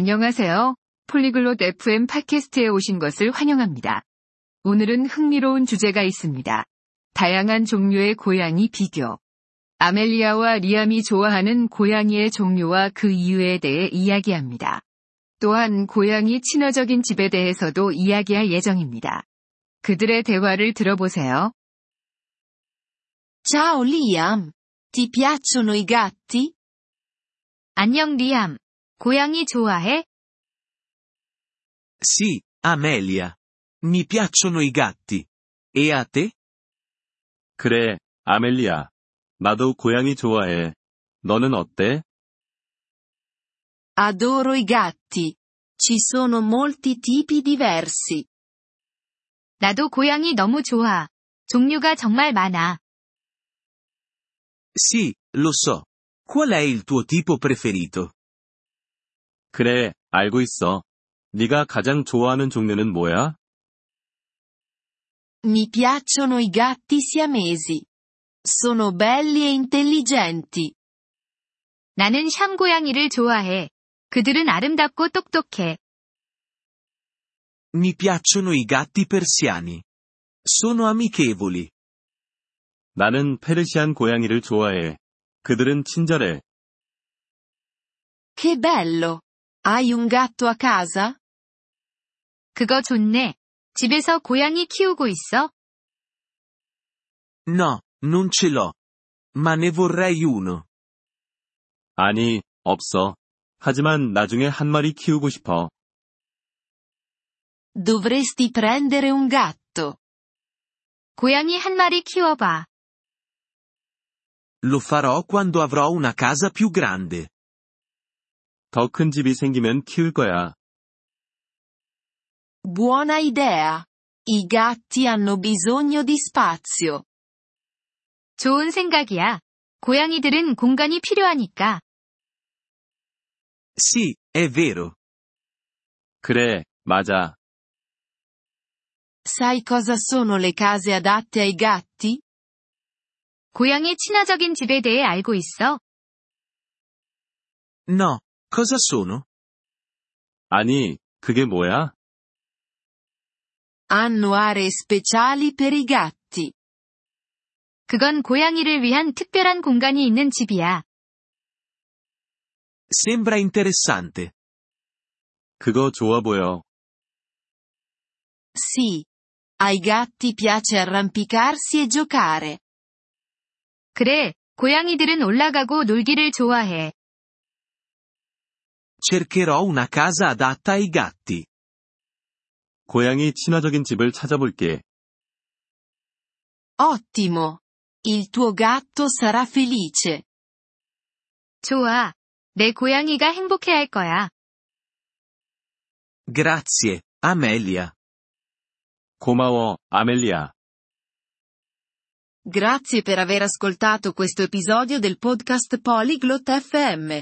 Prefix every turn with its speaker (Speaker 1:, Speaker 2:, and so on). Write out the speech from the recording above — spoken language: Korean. Speaker 1: 안녕하세요. 폴리글롯 FM 팟캐스트에 오신 것을 환영합니다. 오늘은 흥미로운 주제가 있습니다. 다양한 종류의 고양이 비교. 아멜리아와 리암이 좋아하는 고양이의 종류와 그 이유에 대해 이야기합니다. 또한 고양이 친화적인 집에 대해서도 이야기할 예정입니다. 그들의 대화를 들어보세요.
Speaker 2: Ciao Liam. Ti piacciono i gatti?
Speaker 1: 안녕 리암. 고양이 좋아해?
Speaker 3: Sì, Amelia. Mi piacciono i gatti. E a te?
Speaker 4: 그래, 아멜리아. 나도 고양이 좋아해. 너는 어때?
Speaker 2: Adoro i gatti. Ci sono molti tipi diversi.
Speaker 1: 나도 고양이 너무 좋아. 종류가 정말 많아.
Speaker 3: Sì, lo so. Qual è il tuo tipo preferito?
Speaker 4: 그래, 알고 있어. 네가 가장 좋아하는 종류는 뭐야?
Speaker 2: Mi piacciono i gatti siamesi. Sono belli e intelligenti.
Speaker 1: 나는 샴 고양이를 좋아해. 그들은 아름답고 똑똑해.
Speaker 3: Mi piacciono i gatti persiani. Sono amichevoli.
Speaker 4: 나는 페르시안 고양이를 좋아해. 그들은 친절해.
Speaker 2: Che bello! Hai un gatto a casa?
Speaker 1: 그거 좋네. 집에서 고양이 키우고 있어?
Speaker 3: No, non ce l'ho. Ma ne vorrei uno.
Speaker 4: 아니, 없어. 하지만 나중에 한 마리 키우고 싶어.
Speaker 2: Dovresti prendere un gatto.
Speaker 1: 고양이 한 마리 키워봐.
Speaker 3: Lo farò quando avrò una casa più grande.
Speaker 4: 더 큰 집이 생기면 키울 거야.
Speaker 2: Buona idea. I gatti hanno bisogno di spazio.
Speaker 1: 좋은 생각이야. 고양이들은 공간이 필요하니까.
Speaker 3: Sì, è vero.
Speaker 4: 그래, 맞아.
Speaker 2: Sai cosa sono le case adatte ai gatti?
Speaker 1: 고양이 친화적인 집에 대해 알고 있어?
Speaker 3: No, cosa sono?
Speaker 4: 아니, 그게 뭐야?
Speaker 2: Hanno aree speciali per i gatti.
Speaker 1: 그건 고양이를 위한 특별한 공간이 있는 집이야.
Speaker 3: Sembra interessante.
Speaker 4: 그거 좋아 보여.
Speaker 2: Sì. Ai gatti piace arrampicarsi e giocare.
Speaker 1: 그래, 고양이들은 올라가고 놀기를 좋아해.
Speaker 3: Cercherò una casa adatta ai gatti.
Speaker 4: 고양이 친화적인 집을 찾아볼게.
Speaker 2: Ottimo! Il tuo gatto sarà felice.
Speaker 1: 좋아. 내 고양이가 행복해할 거야.
Speaker 3: Grazie, Amelia.
Speaker 4: 고마워, 아멜리아.
Speaker 2: Grazie per aver ascoltato questo episodio del podcast Polyglot FM.